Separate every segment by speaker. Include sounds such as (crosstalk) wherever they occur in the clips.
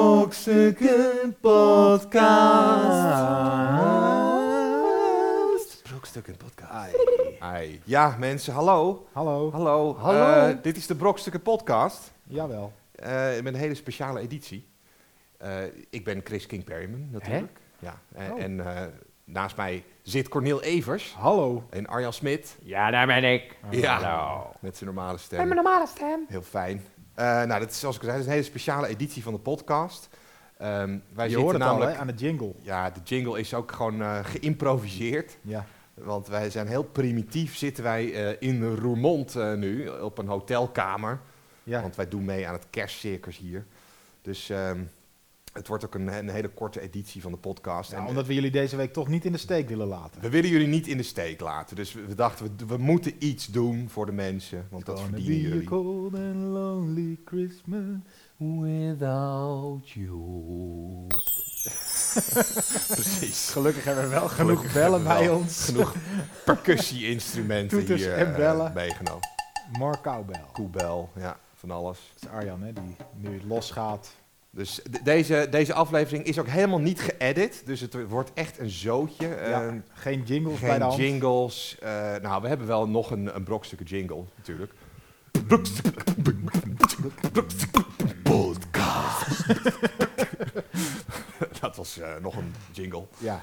Speaker 1: Brokstukken Podcast. Brokstukken Podcast.
Speaker 2: Ai. Ja, mensen, hallo.
Speaker 3: Hallo.
Speaker 2: Hallo.
Speaker 1: Hallo.
Speaker 2: Eh, dit is de Brokstukken Podcast
Speaker 3: Jawel.
Speaker 2: eh, met een hele speciale editie. Eh, ik ben Chris King Perryman, natuurlijk. Ja. En,
Speaker 3: Oh.
Speaker 2: en eh, naast mij zit Cornel Evers
Speaker 3: Hallo.
Speaker 2: en Arjan Smit.
Speaker 1: Ja, daar ben ik.
Speaker 2: ja,
Speaker 1: Hallo.
Speaker 2: met zijn normale
Speaker 1: Met
Speaker 2: stem.
Speaker 1: mijn normale stem.
Speaker 2: Heel fijn. Eh, nou, dat is zoals ik al zei, dat is een hele speciale editie van de podcast. Ehm, wij
Speaker 3: Je
Speaker 2: zitten
Speaker 3: hoort het al
Speaker 2: namelijk.
Speaker 3: hè, aan de jingle.
Speaker 2: ja, de jingle is ook gewoon eh, geïmproviseerd.
Speaker 3: Ja.
Speaker 2: Want wij zijn heel primitief, zitten wij eh, in Roermond eh, nu, op een hotelkamer.
Speaker 3: ja.
Speaker 2: Want wij doen mee aan het kerstcircus hier. Dus ehm, het wordt ook een, een hele korte editie van de podcast.
Speaker 3: Ja,
Speaker 2: En,
Speaker 3: omdat we jullie deze week toch niet in de steek willen laten.
Speaker 2: eh, we willen jullie niet in de steek laten. Dus we, we dachten, we, we moeten iets doen voor de mensen. Want dat
Speaker 3: Gonna
Speaker 2: verdienen
Speaker 3: be a
Speaker 2: jullie.
Speaker 3: cold and lonely Christmas.
Speaker 1: Without you.
Speaker 2: Precies.
Speaker 3: Gelukkig hebben we wel genoeg
Speaker 2: Gelukkig
Speaker 3: bellen
Speaker 2: hebben we
Speaker 3: bij
Speaker 2: wel
Speaker 3: ons. (laughs)
Speaker 2: Genoeg percussie-instrumenten
Speaker 3: Toeters
Speaker 2: hier
Speaker 3: en
Speaker 2: eh,
Speaker 3: bellen.
Speaker 2: meegenomen.
Speaker 3: Mark Cowbell. Dat
Speaker 2: Koebel, ja, van alles.
Speaker 3: is Arjan, hè, die nu het losgaat.
Speaker 2: Dus de- deze, deze aflevering is ook helemaal niet geëdit. Dus het wordt echt een zootje. Ehm,
Speaker 3: Ja, geen jingles bij de
Speaker 2: Geen
Speaker 3: hand.
Speaker 2: jingles. eh, nou, we hebben wel nog een, een brokstukken jingle, natuurlijk. (laughs) Podcast. Dat was eh, nog een jingle.
Speaker 3: Ja.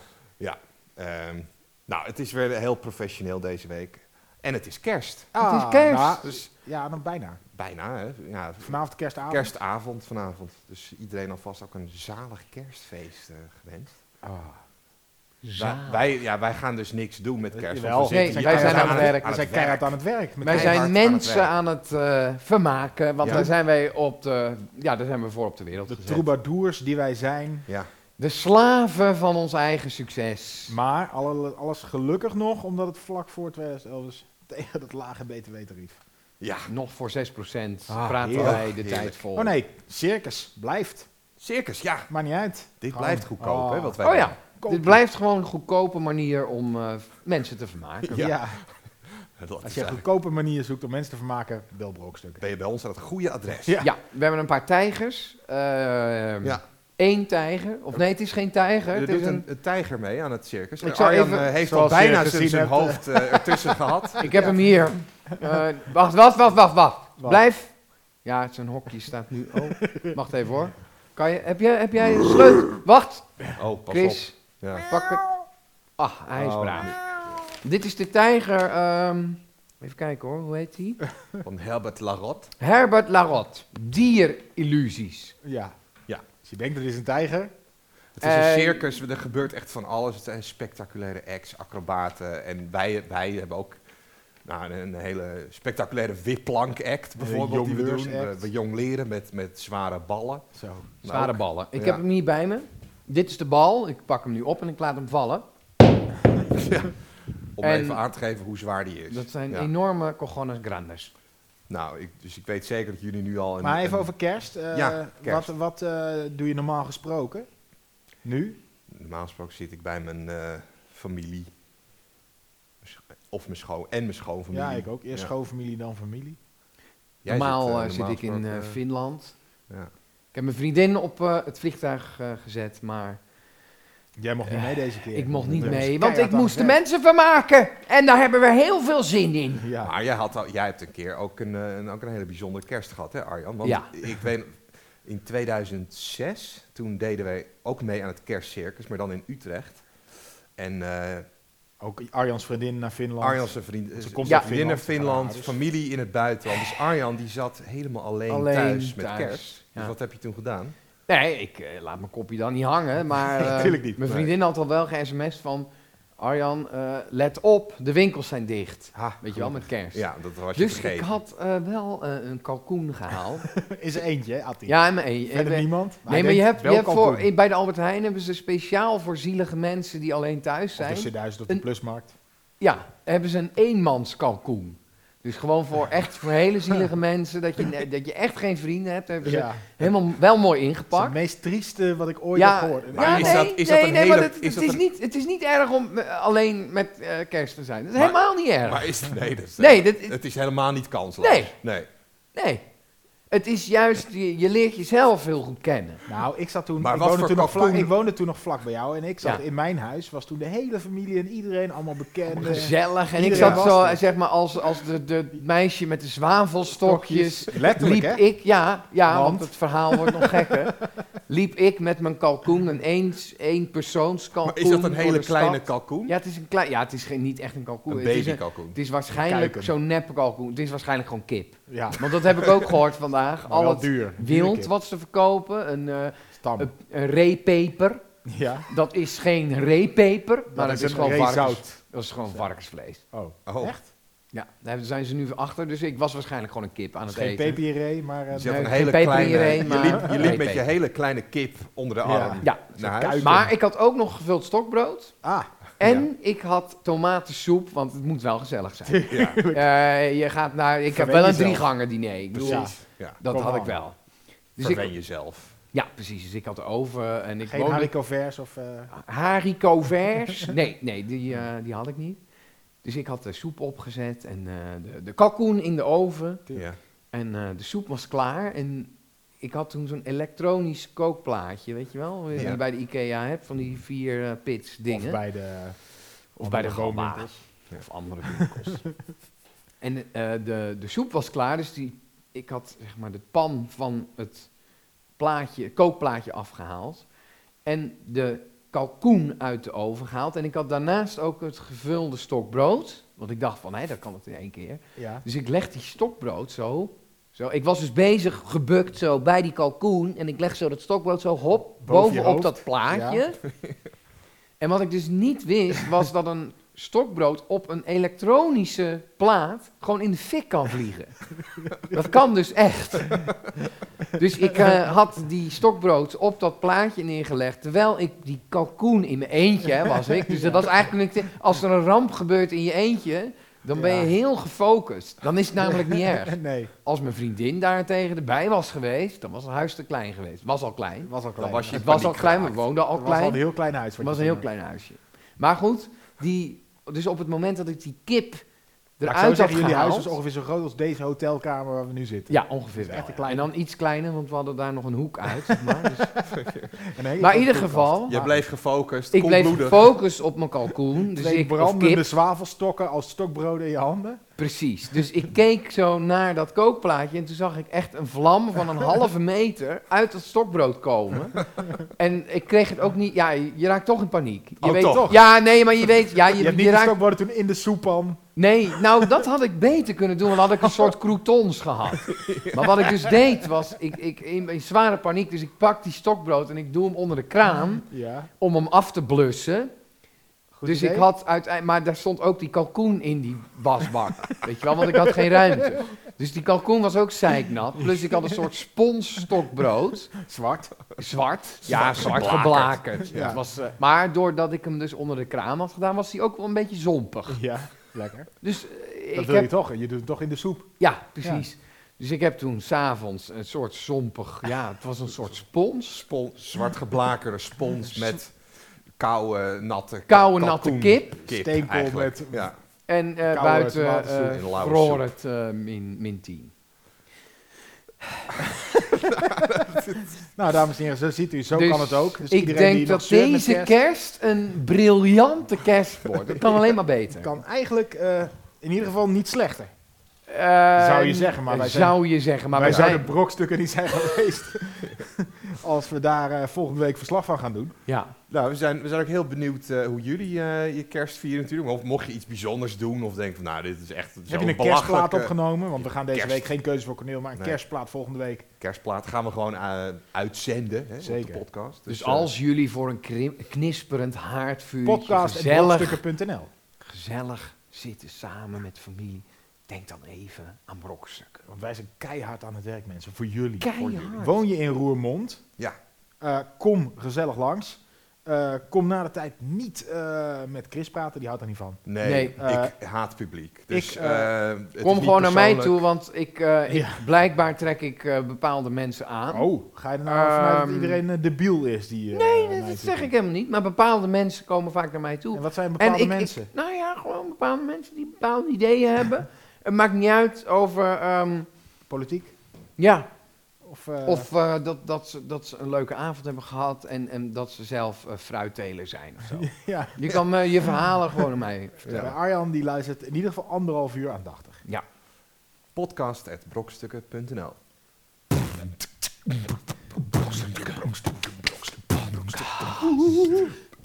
Speaker 2: Ehm, nou, het is weer heel professioneel deze week. En het is kerst.
Speaker 1: Het is kerst.
Speaker 3: nou,
Speaker 2: Dus
Speaker 3: ja, dan bijna.
Speaker 2: bijna, hè? Ja,
Speaker 3: Vanavond kerstavond.
Speaker 2: kerstavond vanavond. Dus iedereen alvast ook een zalig kerstfeest eh, gewenst.
Speaker 3: Ah.
Speaker 2: Wij, wij- ja, wij gaan dus niks doen met kerst. want
Speaker 3: Eh, Jawel.
Speaker 2: we zitten
Speaker 1: Nee,
Speaker 2: hier
Speaker 1: wij
Speaker 2: keihard
Speaker 1: zijn aan het werk.
Speaker 3: We zijn
Speaker 2: werk.
Speaker 3: keihard aan het werk. met
Speaker 1: Wij
Speaker 3: elkaar.
Speaker 2: keihard
Speaker 1: zijn
Speaker 2: aan het werk.
Speaker 1: mensen aan het eh, vermaken, want
Speaker 2: Ja.
Speaker 1: daar zijn wij op de, ja, daar zijn we voor op de wereld
Speaker 3: De
Speaker 1: gezet.
Speaker 3: troubadours die wij zijn.
Speaker 2: Ja.
Speaker 1: De slaven van ons eigen succes.
Speaker 3: Maar alle- alles gelukkig nog, omdat het vlak voor 2011 is (laughs) tegen dat lage btw-tarief.
Speaker 2: Ja.
Speaker 1: Nog voor 6%
Speaker 3: Ah,
Speaker 1: praten
Speaker 2: heerlijk.
Speaker 1: wij de
Speaker 2: Heerlijk.
Speaker 1: tijd vol.
Speaker 3: Oh nee, circus blijft.
Speaker 2: Circus, ja.
Speaker 3: Maakt niet uit.
Speaker 2: Dit
Speaker 3: Gewoon.
Speaker 2: blijft goedkoop,
Speaker 3: Oh.
Speaker 2: hè? Wat wij
Speaker 1: Oh ja,
Speaker 2: doen.
Speaker 3: Koop
Speaker 1: dit
Speaker 3: je.
Speaker 1: blijft gewoon een goedkope manier om eh, mensen te vermaken.
Speaker 3: Ja.
Speaker 2: Ja. Dat is
Speaker 3: als je een
Speaker 2: eigenlijk-
Speaker 3: goedkope manier zoekt om mensen te vermaken, bel brokstukken.
Speaker 2: ben je bij ons aan het goede adres.
Speaker 3: Ja.
Speaker 1: Ja, we hebben een paar tijgers. Ehm
Speaker 2: Ja.
Speaker 1: Eén tijger. Of nee, het is geen tijger.
Speaker 2: Er
Speaker 1: Het
Speaker 2: doet
Speaker 1: is
Speaker 2: een,
Speaker 1: een,
Speaker 2: een tijger mee aan het circus.
Speaker 1: Ik
Speaker 2: En
Speaker 1: zou
Speaker 2: Arjan
Speaker 1: even-
Speaker 2: eh, heeft al
Speaker 3: zoals je
Speaker 2: bijna zijn
Speaker 3: gezien
Speaker 2: zijn
Speaker 3: hebt,
Speaker 2: hoofd eh, ertussen gehad.
Speaker 1: (laughs) ik heb hem
Speaker 2: (laughs)
Speaker 1: hier. Eh, wacht, wacht, wacht, wacht, wacht.
Speaker 3: Wat?
Speaker 1: Blijf. Ja, zijn hokje staat nu. Oh, wacht even hoor. Kan je, heb, jij, heb jij een sleutel? Wacht,
Speaker 2: Oh, pas
Speaker 1: Chris.
Speaker 2: op. Ja.
Speaker 1: Pak het. Ach, hij is
Speaker 2: Oh.
Speaker 1: braaf. Dit is de tijger. ehm, even kijken hoor, hoe heet hij?
Speaker 2: Van Herbert Larot.
Speaker 1: Herbert Larot. Dierillusies.
Speaker 3: Ja.
Speaker 2: Ja.
Speaker 3: Dus je denkt er is een tijger.
Speaker 2: Het is
Speaker 1: Eh,
Speaker 3: Ehm,
Speaker 2: een circus, er gebeurt echt van alles. Het zijn spectaculaire acts, acrobaten. En wij, wij hebben ook nou, een, een hele spectaculaire wipplank-act bijvoorbeeld. Die we doen. We,
Speaker 3: jongleurs-act.
Speaker 2: we jongleren met, met zware
Speaker 3: (laughs)
Speaker 2: ballen.
Speaker 3: Zo.
Speaker 1: Zware
Speaker 2: ook.
Speaker 1: ballen. Ik
Speaker 2: Ja.
Speaker 1: heb hem niet bij me. Dit is de bal. Ik pak hem nu op en ik laat hem vallen.
Speaker 2: Om
Speaker 1: En-
Speaker 2: even aan te geven hoe zwaar die is.
Speaker 1: Dat zijn
Speaker 2: Ja.
Speaker 1: enorme cojones grandes.
Speaker 2: Nou, ik, dus ik weet zeker dat jullie nu al... Een,
Speaker 3: maar even
Speaker 2: een-
Speaker 3: over kerst. eh,
Speaker 2: Ja, kerst.
Speaker 3: Wat, wat eh, doe je normaal gesproken? Nu?
Speaker 2: Normaal gesproken zit ik bij mijn eh, familie. Mijn scho- Of mijn schoon... En mijn schoonfamilie.
Speaker 3: Ja, ik ook. Eerst
Speaker 2: Ja.
Speaker 3: schoonfamilie, dan familie.
Speaker 2: Jij zit,
Speaker 1: Normaal
Speaker 2: eh,
Speaker 1: eh,
Speaker 2: normaal
Speaker 1: zit ik in
Speaker 2: gesproken,
Speaker 1: eh,
Speaker 2: eh,
Speaker 1: Finland.
Speaker 2: ja.
Speaker 1: Ik heb mijn vriendin op eh, het vliegtuig eh, gezet, maar
Speaker 3: Jij mocht niet
Speaker 1: Eh,
Speaker 3: mee deze keer.
Speaker 1: ik mocht niet
Speaker 3: Dus
Speaker 1: mee,
Speaker 3: keihard
Speaker 1: want ik
Speaker 3: aan het
Speaker 1: moest de
Speaker 3: werk.
Speaker 1: mensen vermaken. En daar hebben we heel veel zin in.
Speaker 3: Ja.
Speaker 2: Maar jij, had al, jij hebt een keer ook een, eh, een- ook een hele bijzondere kerst gehad, hè Arjan? Want
Speaker 1: Ja.
Speaker 2: ik weet... In 2006, toen deden wij ook mee aan het kerstcircus, maar dan in Utrecht. En eh
Speaker 3: Ook Arjans vriendin naar Finland.
Speaker 2: Arjan zijn vriend,
Speaker 3: Ze komt
Speaker 2: ja,
Speaker 3: uit
Speaker 2: vriendin naar
Speaker 3: Finland, van haar
Speaker 2: Finland,
Speaker 3: ouders.
Speaker 2: familie in het buitenland. Dus Arjan die zat helemaal alleen,
Speaker 1: Alleen
Speaker 2: thuis met
Speaker 1: thuis,
Speaker 2: kerst. Dus
Speaker 1: ja.
Speaker 2: wat heb je toen gedaan?
Speaker 1: Nee, ik eh, laat mijn kopje dan niet hangen, maar eh,
Speaker 3: Tuurlijk niet,
Speaker 1: mijn
Speaker 2: nee.
Speaker 1: vriendin had al wel ge-sms van... Arjan, eh, let op, de winkels zijn dicht. Weet je wel, met kerst.
Speaker 2: Ja, dat was je
Speaker 1: dus ik
Speaker 2: vergeten.
Speaker 1: had eh, wel eh, een kalkoen gehaald.
Speaker 3: (laughs) Is er eentje, hè, Atti?
Speaker 1: ja, en mijn ei- en
Speaker 3: Verder
Speaker 1: we-
Speaker 3: niemand?
Speaker 1: Nee, maar je hebt, je hebt voor,
Speaker 3: in
Speaker 1: bij de Albert Heijn hebben ze speciaal voor zielige mensen die alleen thuis zijn.
Speaker 3: de C1000 op de
Speaker 1: een-
Speaker 3: plusmarkt.
Speaker 1: Ja, hebben ze een eenmanskalkoen. Dus gewoon voor echt voor hele zielige mensen, dat je, dat je echt geen vrienden hebt, hebben ze
Speaker 3: Ja.
Speaker 1: helemaal wel mooi
Speaker 3: Dat is het
Speaker 1: ingepakt.
Speaker 3: meest trieste wat ik ooit
Speaker 1: Ja,
Speaker 3: heb gehoord.
Speaker 1: ja,
Speaker 2: Maar
Speaker 1: nee,
Speaker 2: is dat- is dat
Speaker 1: nee,
Speaker 2: een
Speaker 1: nee,
Speaker 2: hele-
Speaker 1: maar dat-
Speaker 2: is
Speaker 1: het,
Speaker 2: dat
Speaker 1: is
Speaker 2: een-
Speaker 1: niet, het is niet erg om eh, alleen met eh, kerst te zijn. Dat is
Speaker 2: Maar-
Speaker 1: helemaal niet erg.
Speaker 2: Maar is het... Nee, dat is,
Speaker 1: nee, dat,
Speaker 2: het is helemaal niet kansloos.
Speaker 1: Nee.
Speaker 2: nee.
Speaker 1: nee. Het is juist, je, je leert jezelf heel goed kennen.
Speaker 3: Nou, ik zat toen.
Speaker 2: Maar
Speaker 3: ik,
Speaker 2: wat
Speaker 3: woonde
Speaker 2: voor
Speaker 3: toen nog vlak,
Speaker 2: kalkoen?
Speaker 3: ik woonde toen nog vlak bij jou. En ik zat
Speaker 1: Ja.
Speaker 3: in mijn huis. Was toen de hele familie en iedereen allemaal
Speaker 2: eh,
Speaker 3: bekend.
Speaker 1: Gezellig. En ik
Speaker 3: Iedereen
Speaker 1: zat
Speaker 3: was
Speaker 1: zo,
Speaker 3: er.
Speaker 1: eh, zeg maar, als, als de, de meisje met de zwavelstokjes.
Speaker 3: Letterlijk,
Speaker 1: Liep
Speaker 3: hè?
Speaker 1: ik, ja, ja want?
Speaker 3: Want?
Speaker 1: het verhaal wordt nog gekker.
Speaker 2: (laughs)
Speaker 1: Liep ik met mijn kalkoen, een eens, één persoonskalkoen.
Speaker 2: Maar is dat een
Speaker 1: door
Speaker 2: hele
Speaker 1: de
Speaker 2: kleine
Speaker 1: stad.
Speaker 2: kalkoen?
Speaker 1: Ja, het is, een klein, ja, het is geen, niet echt een kalkoen.
Speaker 2: een
Speaker 1: het, is een-
Speaker 2: babykalkoen.
Speaker 1: het is waarschijnlijk
Speaker 3: Kuiken.
Speaker 1: zo'n nep kalkoen. Het is waarschijnlijk gewoon kip.
Speaker 3: Ja, maar
Speaker 1: Want dat heb ik ook gehoord vandaag. Al
Speaker 3: wel
Speaker 1: het
Speaker 3: duur.
Speaker 1: wild
Speaker 3: Duur
Speaker 1: wat ze verkopen, een, eh
Speaker 3: kip. Stam.
Speaker 1: een, een reepeper.
Speaker 3: ja.
Speaker 1: Dat is geen reepeper, maar
Speaker 3: Dat
Speaker 1: dat
Speaker 3: is
Speaker 1: is,
Speaker 3: een
Speaker 1: gewoon varkens,
Speaker 3: reezout.
Speaker 1: dat is gewoon varkensvlees.
Speaker 3: Oh,
Speaker 2: Oh,
Speaker 3: echt?
Speaker 1: Ja, daar zijn ze nu achter, dus ik was waarschijnlijk gewoon een kip aan
Speaker 3: Dat is
Speaker 1: het
Speaker 3: geen
Speaker 1: eten.
Speaker 3: peperieree, maar eh
Speaker 2: je had
Speaker 1: Nee,
Speaker 2: een
Speaker 1: geen
Speaker 2: hele
Speaker 1: peper
Speaker 2: kleine,
Speaker 1: hierheen,
Speaker 2: je
Speaker 1: maar-
Speaker 2: liep, je liep met je
Speaker 1: Peper.
Speaker 2: hele kleine kip onder de
Speaker 3: Ja.
Speaker 2: arm.
Speaker 1: Ja,
Speaker 2: Naar huis.
Speaker 3: kuik.
Speaker 1: maar ik had ook nog gevuld stokbrood
Speaker 3: ah,
Speaker 1: en ik had tomatensoep, want het moet wel gezellig zijn.
Speaker 2: Ja,
Speaker 1: Eh, je gaat naar, ik heb
Speaker 3: Verwen
Speaker 1: wel een
Speaker 3: jezelf.
Speaker 1: drie gangen diner, ik bedoel,
Speaker 3: Ja.
Speaker 2: precies. Ja.
Speaker 1: dat
Speaker 3: Kom
Speaker 1: had ik
Speaker 3: aan.
Speaker 1: wel. Dus
Speaker 2: Verwen
Speaker 1: ik,
Speaker 2: jezelf.
Speaker 1: ja, precies, dus ik had oven en ik
Speaker 3: geen
Speaker 1: woonde-
Speaker 3: haricot vers of... eh,
Speaker 1: Harico
Speaker 3: (laughs)
Speaker 1: vers. Nee, nee die, eh, die had ik niet. Dus ik had de soep opgezet en eh, de, de kalkoen in de oven.
Speaker 2: Ja.
Speaker 1: En eh, de soep was klaar. En ik had toen zo'n elektronisch kookplaatje, weet je wel? Die
Speaker 2: Ja.
Speaker 1: je bij de Ikea hebt, van die vier eh, pits dingen.
Speaker 3: Of bij de...
Speaker 1: Of bij de
Speaker 3: andere
Speaker 1: Galba.
Speaker 3: woonwinkels.
Speaker 2: Ja.
Speaker 1: Of andere winkels. (laughs) en eh, de, de soep was klaar, dus die, ik had zeg maar de pan van het plaatje, kookplaatje afgehaald. En de kalkoen uit de oven gehaald. En ik had daarnaast ook het gevulde stok brood. Want ik dacht van, hé, dat kan het in één keer.
Speaker 3: Ja.
Speaker 1: Dus ik leg die stokbrood zo, zo. Ik was dus bezig, gebukt zo, bij die kalkoen. En ik leg zo dat stokbrood zo, hop,
Speaker 3: Boven je
Speaker 1: bovenop
Speaker 3: hoofd.
Speaker 1: dat plaatje. (laughs) En wat ik dus niet wist, was dat een stokbrood op een elektronische plaat gewoon in de fik kan vliegen.
Speaker 3: (laughs)
Speaker 1: Dat kan dus echt. Dus ik eh, had die stokbrood op dat plaatje neergelegd, terwijl ik die kalkoen in mijn eentje hè, was ik. Dus dat was eigenlijk, niet- als er een ramp gebeurt in je eentje, dan ben je
Speaker 3: Ja.
Speaker 1: heel gefocust. Dan is het namelijk niet erg.
Speaker 3: (laughs) nee,
Speaker 1: Als mijn vriendin daartegen erbij was geweest, dan was het huis te klein geweest. Was al klein.
Speaker 3: was al klein.
Speaker 2: Dan was je
Speaker 1: Het was al
Speaker 2: paniek
Speaker 1: klein, we
Speaker 2: geraakt.
Speaker 1: woonden al
Speaker 3: Het was al
Speaker 1: klein.
Speaker 3: een heel klein huis. wat
Speaker 1: Het was
Speaker 3: je
Speaker 1: een heel
Speaker 3: toen-
Speaker 1: klein huisje. Maar goed, die, dus op het moment dat ik die kip
Speaker 3: eh, Maar ik zou
Speaker 1: eruit had
Speaker 3: zeggen, jullie
Speaker 1: gehaald...
Speaker 3: huis was ongeveer zo groot als deze hotelkamer waar we nu zitten.
Speaker 1: ja, ongeveer wel.
Speaker 3: echt een
Speaker 1: ja. En
Speaker 3: kleine-
Speaker 1: dan iets kleiner, want we hadden daar nog een hoek uit. zeg
Speaker 3: (laughs)
Speaker 1: Maar, dus-
Speaker 3: Een hele
Speaker 1: maar in
Speaker 3: grote
Speaker 1: ieder
Speaker 3: koelkast.
Speaker 1: geval,
Speaker 2: Je bleef gefocust,
Speaker 1: ik bleef
Speaker 2: koelbloedig.
Speaker 1: gefocust op mijn kalkoen. Dus
Speaker 3: Twee
Speaker 1: ik, of
Speaker 3: brandende
Speaker 1: kip,
Speaker 3: zwavelstokken als stokbroden in je handen.
Speaker 1: precies. Dus ik keek zo naar dat kookplaatje en toen zag ik echt een vlam van een halve meter uit dat stokbrood komen. En ik kreeg het ook niet... Ja, je je raakt toch in paniek. Je
Speaker 2: Oh,
Speaker 1: weet
Speaker 2: toch?
Speaker 1: Ja, nee, maar je weet... Ja,
Speaker 3: Je,
Speaker 1: je,
Speaker 3: hebt niet
Speaker 1: je
Speaker 3: de
Speaker 1: raakt
Speaker 3: stokbroden toen in de soeppan.
Speaker 1: Nee, nou dat had ik beter kunnen doen, want dan had ik een soort croutons gehad. Maar wat ik dus deed was, ik, ik in, in zware paniek, dus ik pak die stokbrood en ik doe hem onder de kraan
Speaker 3: Ja,
Speaker 1: om hem af te blussen.
Speaker 3: goed
Speaker 1: dus
Speaker 3: idee.
Speaker 1: ik had uiteindelijk, maar daar stond ook die kalkoen in die wasbak,
Speaker 3: (laughs)
Speaker 1: weet je wel, want ik had geen ruimte. Dus die kalkoen was ook zeiknat, plus ik had een soort spons stokbrood,
Speaker 3: Zwart.
Speaker 1: zwart, ja, zwart
Speaker 2: geblakerd.
Speaker 1: geblakerd.
Speaker 3: Ja.
Speaker 1: Het was, eh, maar doordat ik hem dus onder de kraan had gedaan, was hij ook wel een beetje zompig.
Speaker 3: Ja, lekker.
Speaker 1: Dus eh,
Speaker 3: Dat
Speaker 1: ik
Speaker 3: wil
Speaker 1: heb
Speaker 3: je toch? Je doet het toch in de soep.
Speaker 1: Ja, precies. Dus ik heb toen s'avonds een soort zompig, ja, het was een soort spons.
Speaker 2: Spon- zwart geblakerde spons (laughs) met koude, natte
Speaker 1: Koude, natte kip.
Speaker 2: kip
Speaker 3: Steenkool
Speaker 2: eigenlijk.
Speaker 3: met-
Speaker 2: Ja.
Speaker 1: En eh,
Speaker 3: Koude
Speaker 1: buiten
Speaker 3: tomatensoep
Speaker 1: eh,
Speaker 2: en lauwe soep.
Speaker 1: vroor het eh, min, min 10.
Speaker 3: Nou, dames en heren, zo ziet u. Zo
Speaker 1: Dus
Speaker 3: kan het ook. Dus
Speaker 1: ik
Speaker 3: iedereen
Speaker 1: denk
Speaker 3: die nog
Speaker 1: dat
Speaker 3: zeurt met
Speaker 1: deze kerst...
Speaker 3: kerst,
Speaker 1: een briljante kerst wordt. Het kan alleen maar beter.
Speaker 3: kan eigenlijk eh, in ieder geval niet slechter.
Speaker 1: Eh,
Speaker 3: Zou je zeggen, maar wij zijn-
Speaker 1: Zou je zeggen, maar
Speaker 3: wij
Speaker 1: wij
Speaker 3: zouden
Speaker 1: zijn-
Speaker 3: brokstukken niet zijn (laughs) geweest als we daar eh, volgende week verslag van gaan doen.
Speaker 1: Ja,
Speaker 2: Nou, we zijn, we zijn ook heel benieuwd eh, hoe jullie eh, je kerst vieren natuurlijk. Of mocht je iets bijzonders doen of denk van, nou, dit is echt
Speaker 3: Heb je een kerstplaat
Speaker 2: belachelijke
Speaker 3: opgenomen? Want we gaan deze
Speaker 2: eh, kerst.
Speaker 3: week geen keuze voor Corneel, maar een
Speaker 2: Nee.
Speaker 3: kerstplaat volgende week.
Speaker 2: kerstplaat. Gaan we gewoon eh, uitzenden hè, op
Speaker 3: Zeker.
Speaker 2: de podcast.
Speaker 1: dus
Speaker 2: eh,
Speaker 1: als jullie voor een krim- knisperend haardvuurtje gezellig,
Speaker 3: podcast.brokstukken.nl
Speaker 1: gezellig zitten samen met familie, denk dan even aan brokstukken.
Speaker 3: Want wij zijn keihard aan het werk, mensen. Voor jullie.
Speaker 1: Keihard.
Speaker 3: Woon je in Roermond?
Speaker 2: Ja.
Speaker 3: Eh, kom gezellig langs. Eh, kom na de tijd niet eh, met Chris praten, die houdt er niet van.
Speaker 2: Nee,
Speaker 1: Nee. eh,
Speaker 2: ik haat publiek. Dus,
Speaker 3: ik, eh,
Speaker 2: eh, het is
Speaker 1: Kom
Speaker 2: niet
Speaker 1: gewoon naar mij
Speaker 2: persoonlijk.
Speaker 1: toe, want ik, eh, ik-
Speaker 3: Ja.
Speaker 1: blijkbaar trek ik eh, bepaalde mensen aan.
Speaker 3: Oh, ga je er nou vanuit dat
Speaker 1: Ehm,
Speaker 3: iedereen eh, debiel is? Die, eh,
Speaker 1: nee,
Speaker 3: mij
Speaker 1: dat, dat
Speaker 3: zit?
Speaker 1: zeg ik helemaal niet. Maar bepaalde mensen komen vaak naar mij toe.
Speaker 3: En wat zijn bepaalde
Speaker 1: en ik,
Speaker 3: mensen?
Speaker 1: Ik, nou ja, gewoon bepaalde mensen die bepaalde ideeën hebben. Het maakt niet uit over, ehm,
Speaker 3: Politiek?
Speaker 1: ja,
Speaker 3: Of, eh,
Speaker 1: Of eh, dat, dat, ze, dat ze een leuke avond hebben gehad en, en dat ze zelf eh, fruitteler zijn of zo.
Speaker 3: (laughs) ja.
Speaker 1: Je kan eh, je verhalen gewoon aan mij vertellen.
Speaker 3: Bij Arjan die luistert in ieder geval anderhalf uur aandachtig.
Speaker 2: Podcast.brokstukken.nl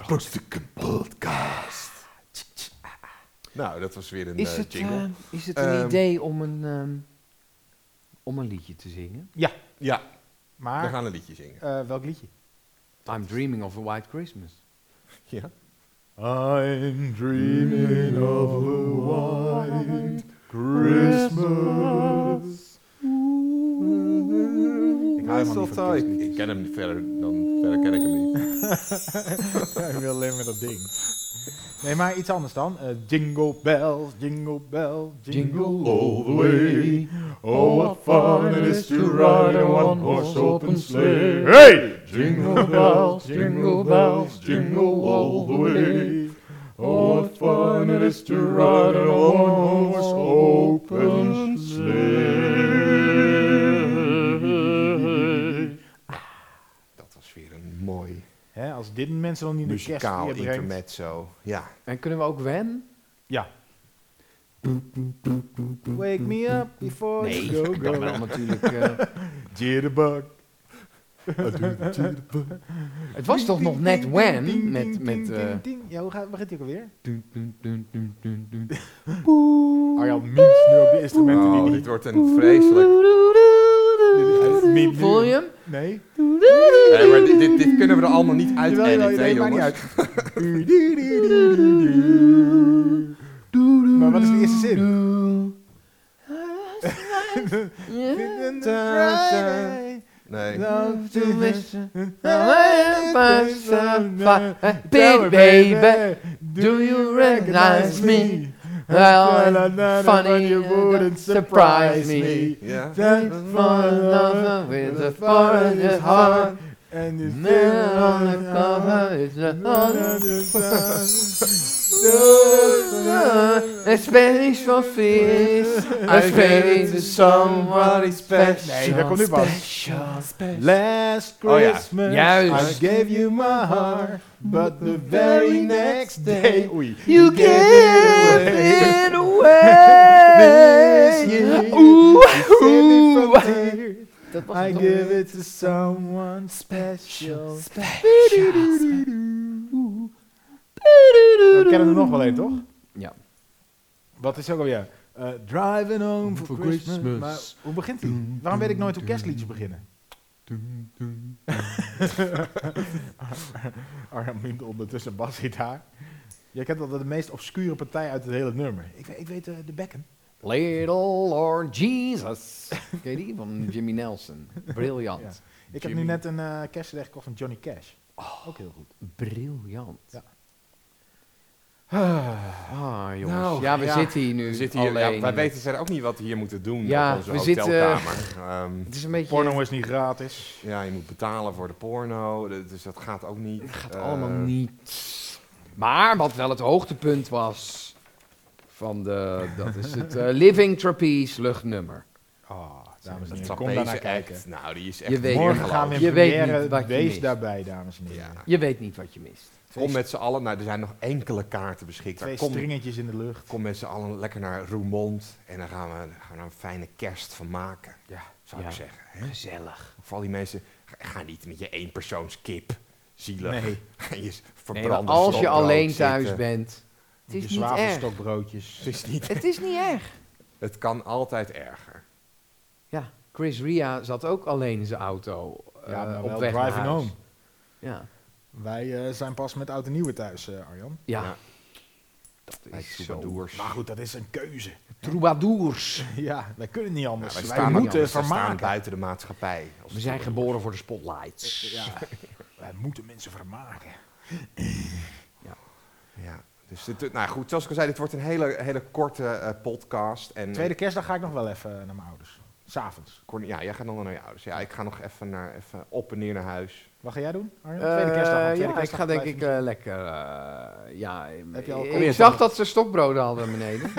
Speaker 2: Brokstukken Podcast. Nou, dat was weer een
Speaker 1: Is
Speaker 2: eh,
Speaker 1: het,
Speaker 2: jingle.
Speaker 1: eh, is het een
Speaker 2: Ehm.
Speaker 1: idee om een, ehm, om een liedje te zingen?
Speaker 2: ja, we
Speaker 3: Maar
Speaker 2: gaan een liedje zingen.
Speaker 3: eh, welk liedje?
Speaker 1: I'm dreaming of a white Christmas.
Speaker 2: Ja.
Speaker 3: I'm dreaming of a white Christmas.
Speaker 2: Ik hou helemaal niet van Ik, ik ken hem verder, dan verder ken ik hem niet.
Speaker 3: Ik wil alleen maar dat ding. Nee, maar iets anders dan. Eh, jingle bells, jingle bells, jingle,
Speaker 1: Jingle
Speaker 3: all the way. Oh, what fun it is to ride a one-horse open sleigh. Hey! Jingle bells, jingle bells, jingle all the way. Oh, what fun it is to ride in a one-horse open sleigh.
Speaker 2: Dat was weer een mooi
Speaker 3: Hè, als dit mensen dan niet in de kerst
Speaker 2: muzikaal
Speaker 3: weer brengt.
Speaker 2: intermezzo. Ja.
Speaker 1: En kunnen we ook Wem?
Speaker 3: Ja. Wake me up before
Speaker 1: Nee,
Speaker 3: you
Speaker 1: ik
Speaker 3: go
Speaker 1: kan
Speaker 3: go.
Speaker 1: wel natuurlijk. eh,
Speaker 3: Jitterbug.
Speaker 1: het was toch nog net Wham met... met eh,
Speaker 3: Ja, hoe gaat, begint hij ook alweer?
Speaker 1: dun, dun, dun, dun, dun, dun.
Speaker 3: Arjan mimt nu op de instrumenten
Speaker 2: Oh,
Speaker 3: die
Speaker 2: dit
Speaker 3: niet...
Speaker 2: wordt een vreselijk...
Speaker 3: Mimt nu.
Speaker 1: Voel je hem?
Speaker 3: Nee.
Speaker 2: Nee, maar dit, dit, dit kunnen we er allemaal niet uit
Speaker 3: Jawel, jawel,
Speaker 2: editen, hè,
Speaker 3: nee, maakt
Speaker 2: jongens.
Speaker 3: niet uit. Du- du- du- du- du-
Speaker 1: (laughs)
Speaker 3: du- du. Maar wat is de eerste zin? Friday,
Speaker 2: Nee.
Speaker 3: love
Speaker 1: To
Speaker 3: to
Speaker 1: miss you.
Speaker 3: Big
Speaker 1: Big baby, do you recognize me? Well, funny, you wouldn't surprise me.
Speaker 2: Ja.
Speaker 3: That's
Speaker 1: For
Speaker 3: love
Speaker 1: another with a foreigner's heart.
Speaker 3: And you still
Speaker 1: Man on the cover is a A Spanish for fish. A Spanish for somebody special.
Speaker 3: Nee, daar komt nu pas.
Speaker 1: Special, special.
Speaker 3: Last
Speaker 2: Oh ja,
Speaker 3: Christmas
Speaker 1: juist.
Speaker 3: I gave you my heart, but the very next day Oei.
Speaker 1: You
Speaker 3: gave
Speaker 1: gave it away.
Speaker 3: Miss you. You
Speaker 1: Oeh,
Speaker 3: saved me from
Speaker 1: oeh.
Speaker 3: tears.
Speaker 1: Dat was
Speaker 3: I
Speaker 1: het
Speaker 3: give
Speaker 1: toch?
Speaker 3: it to someone special. We kennen er nog wel een, toch?
Speaker 1: Ja.
Speaker 3: Wat is ook alweer? Eh driving home for,
Speaker 1: For
Speaker 3: Christmas.
Speaker 1: Christmas.
Speaker 3: Maar hoe begint die? Waarom weet ik nooit hoe kerstliedjes beginnen? Arjan Mimt ondertussen basgitaar. Jij kent altijd de meest obscure partij uit het hele nummer. Ik, weet- ik weet eh, de bekken.
Speaker 1: (laughs) Little Lord Jesus. Ken je die? Van Jimmy Nelson. Briljant.
Speaker 3: Ik heb
Speaker 1: Jimmy.
Speaker 3: nu net een eh kerstje gekocht van Johnny Cash. Ook heel goed.
Speaker 1: Briljant.
Speaker 3: Ah,
Speaker 1: Ah, jongens.
Speaker 2: Nou,
Speaker 1: ja, we
Speaker 2: ja.
Speaker 1: zitten hier nu
Speaker 2: We zitten hier, ja,
Speaker 1: alleen.
Speaker 2: wij weten verder ook niet wat we hier moeten doen
Speaker 1: Ja,
Speaker 2: op onze
Speaker 1: we zitten-
Speaker 2: hotelkamer. Ehm,
Speaker 1: Het is een beetje...
Speaker 3: Porno is niet gratis.
Speaker 2: ja, je moet betalen voor de porno, d- dus dat gaat ook niet. eh, Dat gaat
Speaker 1: Allemaal niet. Maar wat wel het hoogtepunt was van de... Dat is het eh, Living Trapeze luchtnummer.
Speaker 3: Ah, dames en
Speaker 2: oh, Dat
Speaker 3: heren, kom daarna kijken.
Speaker 2: Nou, die is
Speaker 1: Je
Speaker 2: echt
Speaker 1: weet-
Speaker 3: Morgen
Speaker 2: weergeloos.
Speaker 3: gaan we in
Speaker 1: Je weet niet wat
Speaker 3: première.
Speaker 1: je
Speaker 3: Wees
Speaker 1: mist.
Speaker 3: daarbij, dames en heren.
Speaker 2: Ja.
Speaker 1: Je weet niet wat je mist.
Speaker 2: Kom met z'n allen, nou, er zijn nog enkele kaarten beschikbaar.
Speaker 3: Twee
Speaker 2: Kom,
Speaker 3: stringetjes in de lucht.
Speaker 2: kom met z'n allen lekker naar Roermond en dan gaan we, gaan we er een fijne kerst van maken,
Speaker 3: Ja.
Speaker 2: zou
Speaker 1: Ja.
Speaker 2: ik zeggen. Hè?
Speaker 1: Gezellig.
Speaker 2: Voor al die mensen, ga- ga niet met je eenpersoonskip, zielig.
Speaker 3: Nee.
Speaker 2: (laughs) En je
Speaker 1: Nee, maar
Speaker 2: verbranden
Speaker 1: als je
Speaker 2: stokbrood
Speaker 1: alleen thuis
Speaker 2: zitten.
Speaker 1: bent... Het
Speaker 3: Met
Speaker 1: is
Speaker 3: je
Speaker 1: niet erg.
Speaker 3: zwavelstokbroodjes.
Speaker 2: Het is niet
Speaker 1: Het is niet erg.
Speaker 2: Het kan altijd erger.
Speaker 1: Ja, Chris Ria zat ook alleen in zijn auto.
Speaker 3: Ja,
Speaker 1: eh,
Speaker 3: maar
Speaker 1: op
Speaker 3: wel
Speaker 1: weg naar
Speaker 3: driving
Speaker 1: huis.
Speaker 3: home.
Speaker 1: Ja.
Speaker 3: Wij eh, zijn pas met oud en nieuwe thuis, eh, Arjan.
Speaker 1: Ja.
Speaker 2: Ja.
Speaker 1: Dat
Speaker 2: Bij
Speaker 1: is zo.
Speaker 2: troubadours.
Speaker 3: Maar goed, dat is een keuze.
Speaker 1: Troubadours.
Speaker 3: (laughs) Ja, wij kunnen niet anders.
Speaker 2: Ja, wij
Speaker 3: wij
Speaker 2: staan
Speaker 3: moeten
Speaker 2: anders, wij staan
Speaker 3: vermaken.
Speaker 2: buiten de maatschappij. Als
Speaker 1: We zijn geboren voor de spotlights.
Speaker 3: Ja, wij moeten mensen vermaken.
Speaker 2: Ja. Dus dit, nou goed, zoals ik al zei, dit wordt een hele, hele korte eh, podcast. En
Speaker 3: Tweede kerstdag ga ik nog wel even eh, naar mijn ouders. S'avonds.
Speaker 2: Corne- ja, jij gaat dan wel naar je ouders. Ja, ik ga nog even, naar, even op en neer naar huis. (laughs)
Speaker 3: Wat ga jij doen, Arjen?
Speaker 4: Eh,
Speaker 3: Tweede kerstdag. want tweede
Speaker 4: ja, ik
Speaker 3: kerstdag
Speaker 4: ga denk
Speaker 3: blijft
Speaker 4: ik eh, lekker. eh, ja,
Speaker 3: Heb je al
Speaker 4: ik,
Speaker 1: Ik zag dat ze stokbroden hadden beneden.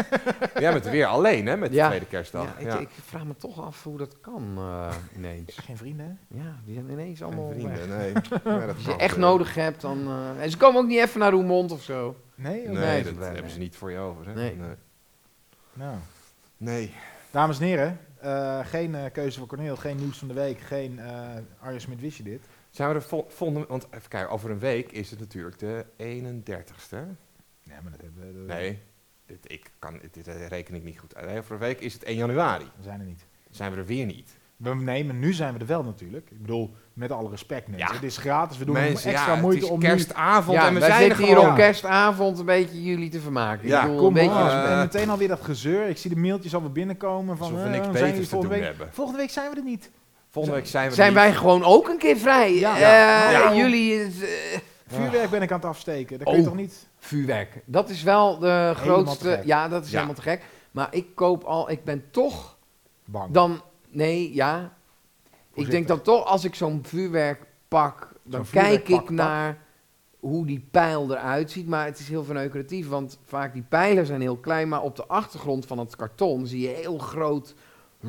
Speaker 2: Jij bent weer alleen, hè, met de
Speaker 1: Ja.
Speaker 2: tweede kerstdag.
Speaker 1: Ja, ik, ik vraag me toch af hoe dat kan eh, ineens.
Speaker 3: Geen vrienden, hè?
Speaker 1: Ja, die zijn ineens
Speaker 2: Geen
Speaker 1: allemaal
Speaker 2: vrienden,
Speaker 1: weg.
Speaker 2: nee. Nee, dat
Speaker 1: Als je
Speaker 2: kan
Speaker 1: echt
Speaker 2: gebeuren.
Speaker 1: nodig hebt, dan... eh, en ze komen ook niet even naar Roermond of zo.
Speaker 3: Nee? Oh.
Speaker 2: Nee,
Speaker 3: Of-
Speaker 1: Nee,
Speaker 2: dat
Speaker 1: nee,
Speaker 2: hebben
Speaker 1: nee.
Speaker 2: ze niet voor je over. Hè?
Speaker 1: Nee.
Speaker 2: nee.
Speaker 3: Nou.
Speaker 2: Nee.
Speaker 3: Dames en heren, eh, geen eh, keuze voor Corneel, geen nieuws van de week, geen eh Arjen Smit wist je dit.
Speaker 2: Zijn we er vol- volgende... Want even kijken, over een week is het natuurlijk de 31ste.
Speaker 3: Nee, maar dat hebben we... dat-
Speaker 2: Nee, dit, ik kan, dit eh, reken ik niet goed uit. Nee, Over een week is het 1 januari.
Speaker 3: We zijn er niet.
Speaker 2: Zijn we er weer niet.
Speaker 3: We, nee, maar nu zijn we er wel natuurlijk. Ik bedoel, met alle respect mensen.
Speaker 2: Ja.
Speaker 3: Het is gratis, we doen
Speaker 2: Mensen,
Speaker 3: extra
Speaker 2: ja,
Speaker 3: moeite
Speaker 2: het is
Speaker 3: om nu...
Speaker 2: kerstavond
Speaker 1: ja,
Speaker 2: en we
Speaker 1: wij
Speaker 2: zijn er
Speaker 1: zitten
Speaker 2: gewoon.
Speaker 1: hier op
Speaker 3: Ja.
Speaker 1: kerstavond een beetje jullie te vermaken.
Speaker 2: Ja,
Speaker 1: ik bedoel,
Speaker 3: Kom
Speaker 1: een
Speaker 3: maar,
Speaker 1: beetje...
Speaker 2: eh,
Speaker 3: Ah, en meteen alweer dat gezeur. Ik zie de mailtjes alweer binnenkomen van...
Speaker 2: Alsof we
Speaker 3: eh,
Speaker 2: niks
Speaker 3: zijn jullie
Speaker 2: beters te doen
Speaker 3: volgende week.
Speaker 2: hebben.
Speaker 3: Volgende week zijn we er niet.
Speaker 2: Volgende week zijn we er
Speaker 1: zijn
Speaker 2: niet.
Speaker 1: wij gewoon ook een keer vrij?
Speaker 3: Ja.
Speaker 1: Eh,
Speaker 3: Ja. Ja.
Speaker 1: Jullie... eh,
Speaker 2: Ah.
Speaker 3: Vuurwerk ben ik aan het afsteken. Dat kun je
Speaker 1: Oh.
Speaker 3: toch niet?
Speaker 1: vuurwerk. Dat is wel de grootste...
Speaker 3: te gek.
Speaker 1: Ja, dat is
Speaker 2: Ja.
Speaker 1: helemaal te gek. Maar ik koop al... Ik ben toch
Speaker 3: Bang.
Speaker 1: Dan, nee, ja. Ik denk dan toch, als ik zo'n vuurwerk pak, dan
Speaker 3: Zo'n vuurwerkpak
Speaker 1: kijk ik
Speaker 3: pak.
Speaker 1: naar hoe die pijl eruit ziet. Maar het is heel verneukeratief, want vaak die pijlen zijn heel klein. Maar op de achtergrond van het karton zie je heel groot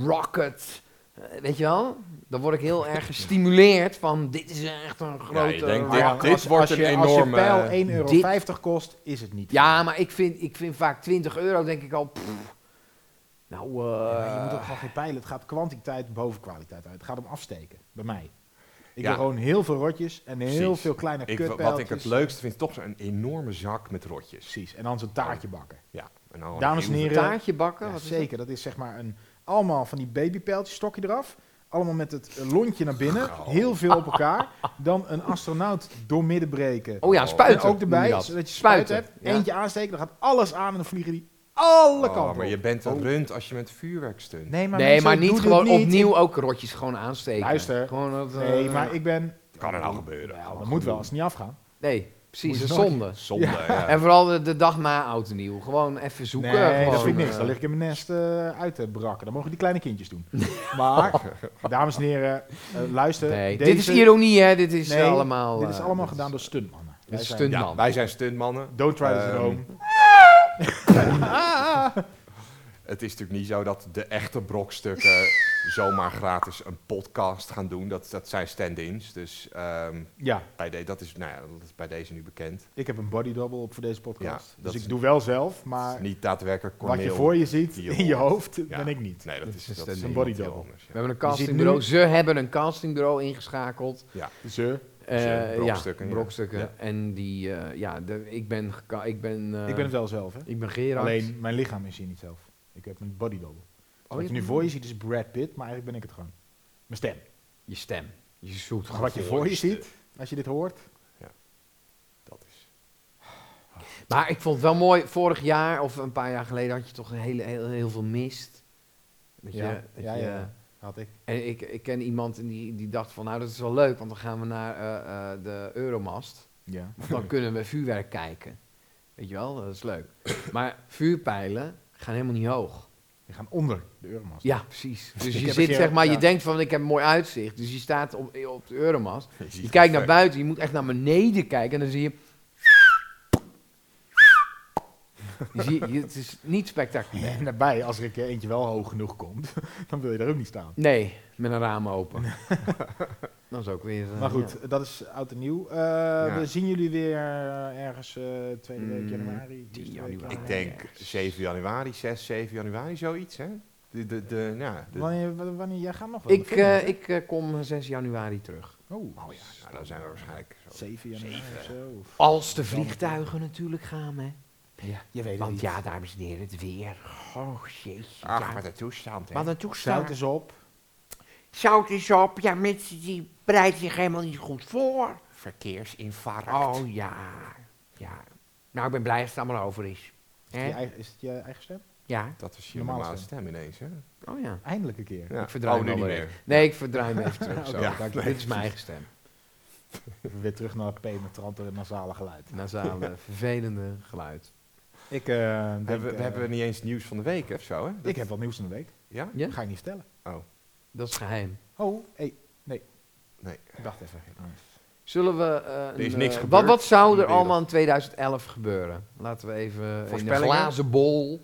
Speaker 1: rocket. Eh, weet je wel? Dan word ik heel erg gestimuleerd van, dit is echt een
Speaker 2: Ja,
Speaker 1: grote
Speaker 2: je denkt,
Speaker 1: rocket.
Speaker 2: dit, dit wordt
Speaker 3: als
Speaker 2: een
Speaker 3: je,
Speaker 2: enorme...
Speaker 3: Als je pijl 1,50
Speaker 1: Dit-
Speaker 3: euro kost, is het niet.
Speaker 1: Ja, maar ik vind, ik vind vaak 20 euro, denk ik al, pff, nou, eh,
Speaker 3: Ja, maar je moet ook gewoon geen pijlen. Het gaat kwantiteit boven kwaliteit uit. Het gaat om afsteken, bij mij. Ik
Speaker 2: Ja.
Speaker 3: wil gewoon heel veel rotjes en heel
Speaker 2: Precies.
Speaker 3: veel kleine
Speaker 2: Ik,
Speaker 3: kutpijltjes.
Speaker 2: wat ik het leukste vind, is toch zo'n enorme zak met rotjes.
Speaker 3: Precies, en dan zo'n taartje bakken.
Speaker 2: Ja. En dan
Speaker 3: Dames en
Speaker 2: heel-
Speaker 3: heren,
Speaker 1: taartje bakken.
Speaker 3: eh, Ja,
Speaker 1: wat is dat?
Speaker 3: zeker, dat is zeg maar een, allemaal van die babypijltjes, stokje eraf. Allemaal met het eh, lontje naar binnen,
Speaker 2: Oh.
Speaker 3: heel veel op elkaar. Dan een astronaut doormidden breken.
Speaker 1: Oh ja,
Speaker 2: Oh.
Speaker 1: spuiten.
Speaker 3: En ook
Speaker 1: noem
Speaker 3: erbij,
Speaker 1: je dat.
Speaker 3: zodat je spuit
Speaker 1: Spuiten,
Speaker 3: hebt.
Speaker 1: ja.
Speaker 3: Eentje aansteken, dan gaat alles aan en dan vliegen die alle
Speaker 2: Oh,
Speaker 3: kanten
Speaker 2: maar
Speaker 3: op.
Speaker 2: je bent een
Speaker 3: Oh.
Speaker 2: rund als je met vuurwerk stunt.
Speaker 3: Nee, maar,
Speaker 1: nee,
Speaker 3: mensen,
Speaker 1: maar
Speaker 3: doe
Speaker 1: niet
Speaker 3: dit
Speaker 1: gewoon
Speaker 3: niet.
Speaker 1: opnieuw ook rotjes gewoon aansteken.
Speaker 3: Luister.
Speaker 1: Gewoon dat, eh,
Speaker 3: Nee, maar ik ben...
Speaker 2: Kan er nou gebeuren?
Speaker 3: Wel, dat moet wel, als het niet afgaan.
Speaker 1: nee, precies,
Speaker 3: Moet
Speaker 1: een
Speaker 3: je nooit-
Speaker 1: zonde.
Speaker 2: Zonde, ja.
Speaker 1: En vooral de, de dag na oud en nieuw. Gewoon even zoeken.
Speaker 3: nee,
Speaker 1: gewoon,
Speaker 3: dat vind ik niks.
Speaker 1: eh,
Speaker 3: Dan lig ik in mijn nest eh, uit te brakken. Dan mogen die kleine kindjes doen. maar, dames en heren, eh, luister.
Speaker 1: nee.
Speaker 3: deze-
Speaker 1: Dit is ironie, hè? Dit is
Speaker 3: Nee,
Speaker 1: allemaal.
Speaker 3: Dit is
Speaker 1: eh,
Speaker 3: allemaal gedaan door stuntmannen.
Speaker 1: Dit is
Speaker 3: Wij zijn-
Speaker 1: stunt-
Speaker 2: Ja,
Speaker 1: man.
Speaker 2: wij zijn stuntmannen.
Speaker 3: Don't try this at
Speaker 2: Ehm,
Speaker 3: home.
Speaker 2: Het is natuurlijk niet zo dat de echte
Speaker 1: (laughs)
Speaker 2: brokstukken zomaar gratis een podcast gaan doen. Dat, dat zijn stand-ins. Dus ehm,
Speaker 3: Ja,
Speaker 2: bij, de, dat, is, nou ja, dat is bij deze nu bekend.
Speaker 3: ik heb een body double op voor deze podcast.
Speaker 2: Ja, dat
Speaker 3: dus
Speaker 2: is-
Speaker 3: ik doe wel zelf, maar
Speaker 2: niet daadwerkelijk
Speaker 3: wat
Speaker 2: Corneel.
Speaker 3: je voor je ziet
Speaker 2: die je
Speaker 3: in je
Speaker 2: hoort.
Speaker 3: hoofd,
Speaker 2: Ja.
Speaker 3: ben ik niet.
Speaker 2: Nee, dat
Speaker 1: Dit
Speaker 2: is,
Speaker 1: is
Speaker 2: dat
Speaker 1: een
Speaker 2: is iemand
Speaker 3: body
Speaker 2: heel
Speaker 3: double.
Speaker 2: anders, ja.
Speaker 1: We hebben een
Speaker 3: Je ziet
Speaker 1: castingbureau.
Speaker 3: nu-
Speaker 1: Ze hebben een castingbureau ingeschakeld.
Speaker 3: Ze.
Speaker 1: Eh,
Speaker 2: Ze, brokstukken,
Speaker 1: ja,
Speaker 2: ja.
Speaker 1: brokstukken.
Speaker 2: Ja.
Speaker 1: En die, eh, ja, de- ik ben, geka- ik ben, eh,
Speaker 3: Ik ben het wel zelf, hè.
Speaker 1: ik ben Gerard.
Speaker 3: Alleen, mijn lichaam is hier niet zelf. Ik heb een body double.
Speaker 1: Oh,
Speaker 3: wat je
Speaker 1: je-
Speaker 3: nu voor je ziet is Brad Pitt, maar eigenlijk ben ik het gewoon. Mijn stem.
Speaker 1: je stem, je zoet.
Speaker 3: Maar wat je voor je ziet, als je dit hoort...
Speaker 2: Dat is.
Speaker 1: Maar ik vond het wel mooi, vorig jaar of een paar jaar geleden had je toch een hele, heel, heel veel mist. Dat je,
Speaker 3: Ja,
Speaker 1: dat
Speaker 3: ja,
Speaker 1: je-
Speaker 3: ja. Had ik.
Speaker 1: En ik, ik ken iemand en die, die dacht van, nou dat is wel leuk, want dan gaan we naar eh, eh, de Euromast.
Speaker 3: Ja. (laughs)
Speaker 1: Want Dan kunnen we vuurwerk kijken. Weet je wel, dat is leuk. Maar vuurpijlen gaan helemaal niet hoog.
Speaker 3: Die gaan onder de Euromast.
Speaker 1: Ja,
Speaker 3: (laughs)
Speaker 1: precies. Dus
Speaker 3: Ik
Speaker 1: je
Speaker 3: heb
Speaker 1: zit,
Speaker 3: een keer-
Speaker 1: zeg maar, je
Speaker 3: ja.
Speaker 1: denkt van, ik heb een mooi uitzicht. Dus je staat op, op de Euromast.
Speaker 3: (laughs)
Speaker 2: Je, ziet
Speaker 1: Je kijkt naar
Speaker 2: het
Speaker 1: buiten, je moet echt naar beneden kijken en dan zie je. je, zie- je- het is niet spectaculair.
Speaker 3: En daarbij, als er een keer eentje wel hoog genoeg komt, (laughs) dan wil je daar ook niet staan.
Speaker 1: Nee, met een raam open.
Speaker 3: (laughs)
Speaker 1: Dat is ook weer. eh,
Speaker 3: Maar goed,
Speaker 1: ja.
Speaker 3: dat is oud en nieuw. Eh, We zien jullie weer eh, ergens eh, tweede week
Speaker 1: Mm,
Speaker 3: januari.
Speaker 1: 10
Speaker 3: eerste week
Speaker 1: januari.
Speaker 2: Ik denk 7 januari, 6, 7 januari, zoiets, hè? De, de, de, ja, de-
Speaker 3: Wanneer, wa- wanneer, jij gaat nog wel.
Speaker 1: Ik,
Speaker 3: filmen,
Speaker 1: eh,
Speaker 3: hè?
Speaker 1: ik eh, kom 6 januari terug.
Speaker 3: Oh,
Speaker 2: oh ja, nou, dan zijn we waarschijnlijk zo.
Speaker 3: 7 januari of zo. Of-
Speaker 1: Als de vliegtuigen natuurlijk gaan, hè?
Speaker 3: Je weet het
Speaker 1: Want
Speaker 3: niet.
Speaker 1: ja, dames en heren, het weer. Oh jeetje.
Speaker 2: Ach,
Speaker 1: ja.
Speaker 2: wat een toestand, hè?
Speaker 1: Wat een
Speaker 3: Zout
Speaker 1: toestand.
Speaker 3: is op.
Speaker 1: Zout is op. Ja, mensen die bereiden zich helemaal niet goed voor.
Speaker 2: Verkeersinfarct.
Speaker 1: Oh ja. ja. Nou, ik ben blij dat het allemaal over is.
Speaker 3: Is het je
Speaker 1: Hè?
Speaker 3: eigen- is het je eigen stem?
Speaker 1: Ja.
Speaker 2: Dat is je
Speaker 3: Normaal
Speaker 2: normale
Speaker 3: stem.
Speaker 2: stem ineens, hè?
Speaker 1: Oh ja.
Speaker 3: Eindelijk een keer. (laughs)
Speaker 2: Ja.
Speaker 1: Ik verdraai
Speaker 2: oh,
Speaker 1: hem
Speaker 2: nu niet
Speaker 1: alweer.
Speaker 2: meer.
Speaker 1: Nee, ik verdraai me even terug. Zo.
Speaker 3: Oké,
Speaker 1: (laughs) Ja,
Speaker 3: dank je.
Speaker 1: Dit is mijn eigen stem.
Speaker 3: Weer terug naar het penetrante nasale geluid.
Speaker 1: (laughs) Nasale, vervelende geluid.
Speaker 3: Ik, eh, denk,
Speaker 2: We hebben, we
Speaker 3: eh,
Speaker 2: hebben niet eens nieuws van de week of zo, hè? Dat-
Speaker 3: ik heb wat nieuws in de week.
Speaker 2: Ja?
Speaker 1: Ja?
Speaker 3: Dat ga ik niet vertellen.
Speaker 2: Oh.
Speaker 1: Dat is geheim.
Speaker 3: Oh, hey.
Speaker 2: Nee,
Speaker 3: Ik dacht even.
Speaker 1: Zullen we... eh, een,
Speaker 2: is niks
Speaker 1: eh,
Speaker 2: gebeurd
Speaker 1: wat, wat
Speaker 2: in
Speaker 1: zou
Speaker 2: de
Speaker 1: er
Speaker 2: wereld.
Speaker 1: allemaal in 2011 gebeuren? Laten we even in een
Speaker 3: Voorspellingen?
Speaker 1: glazen bol...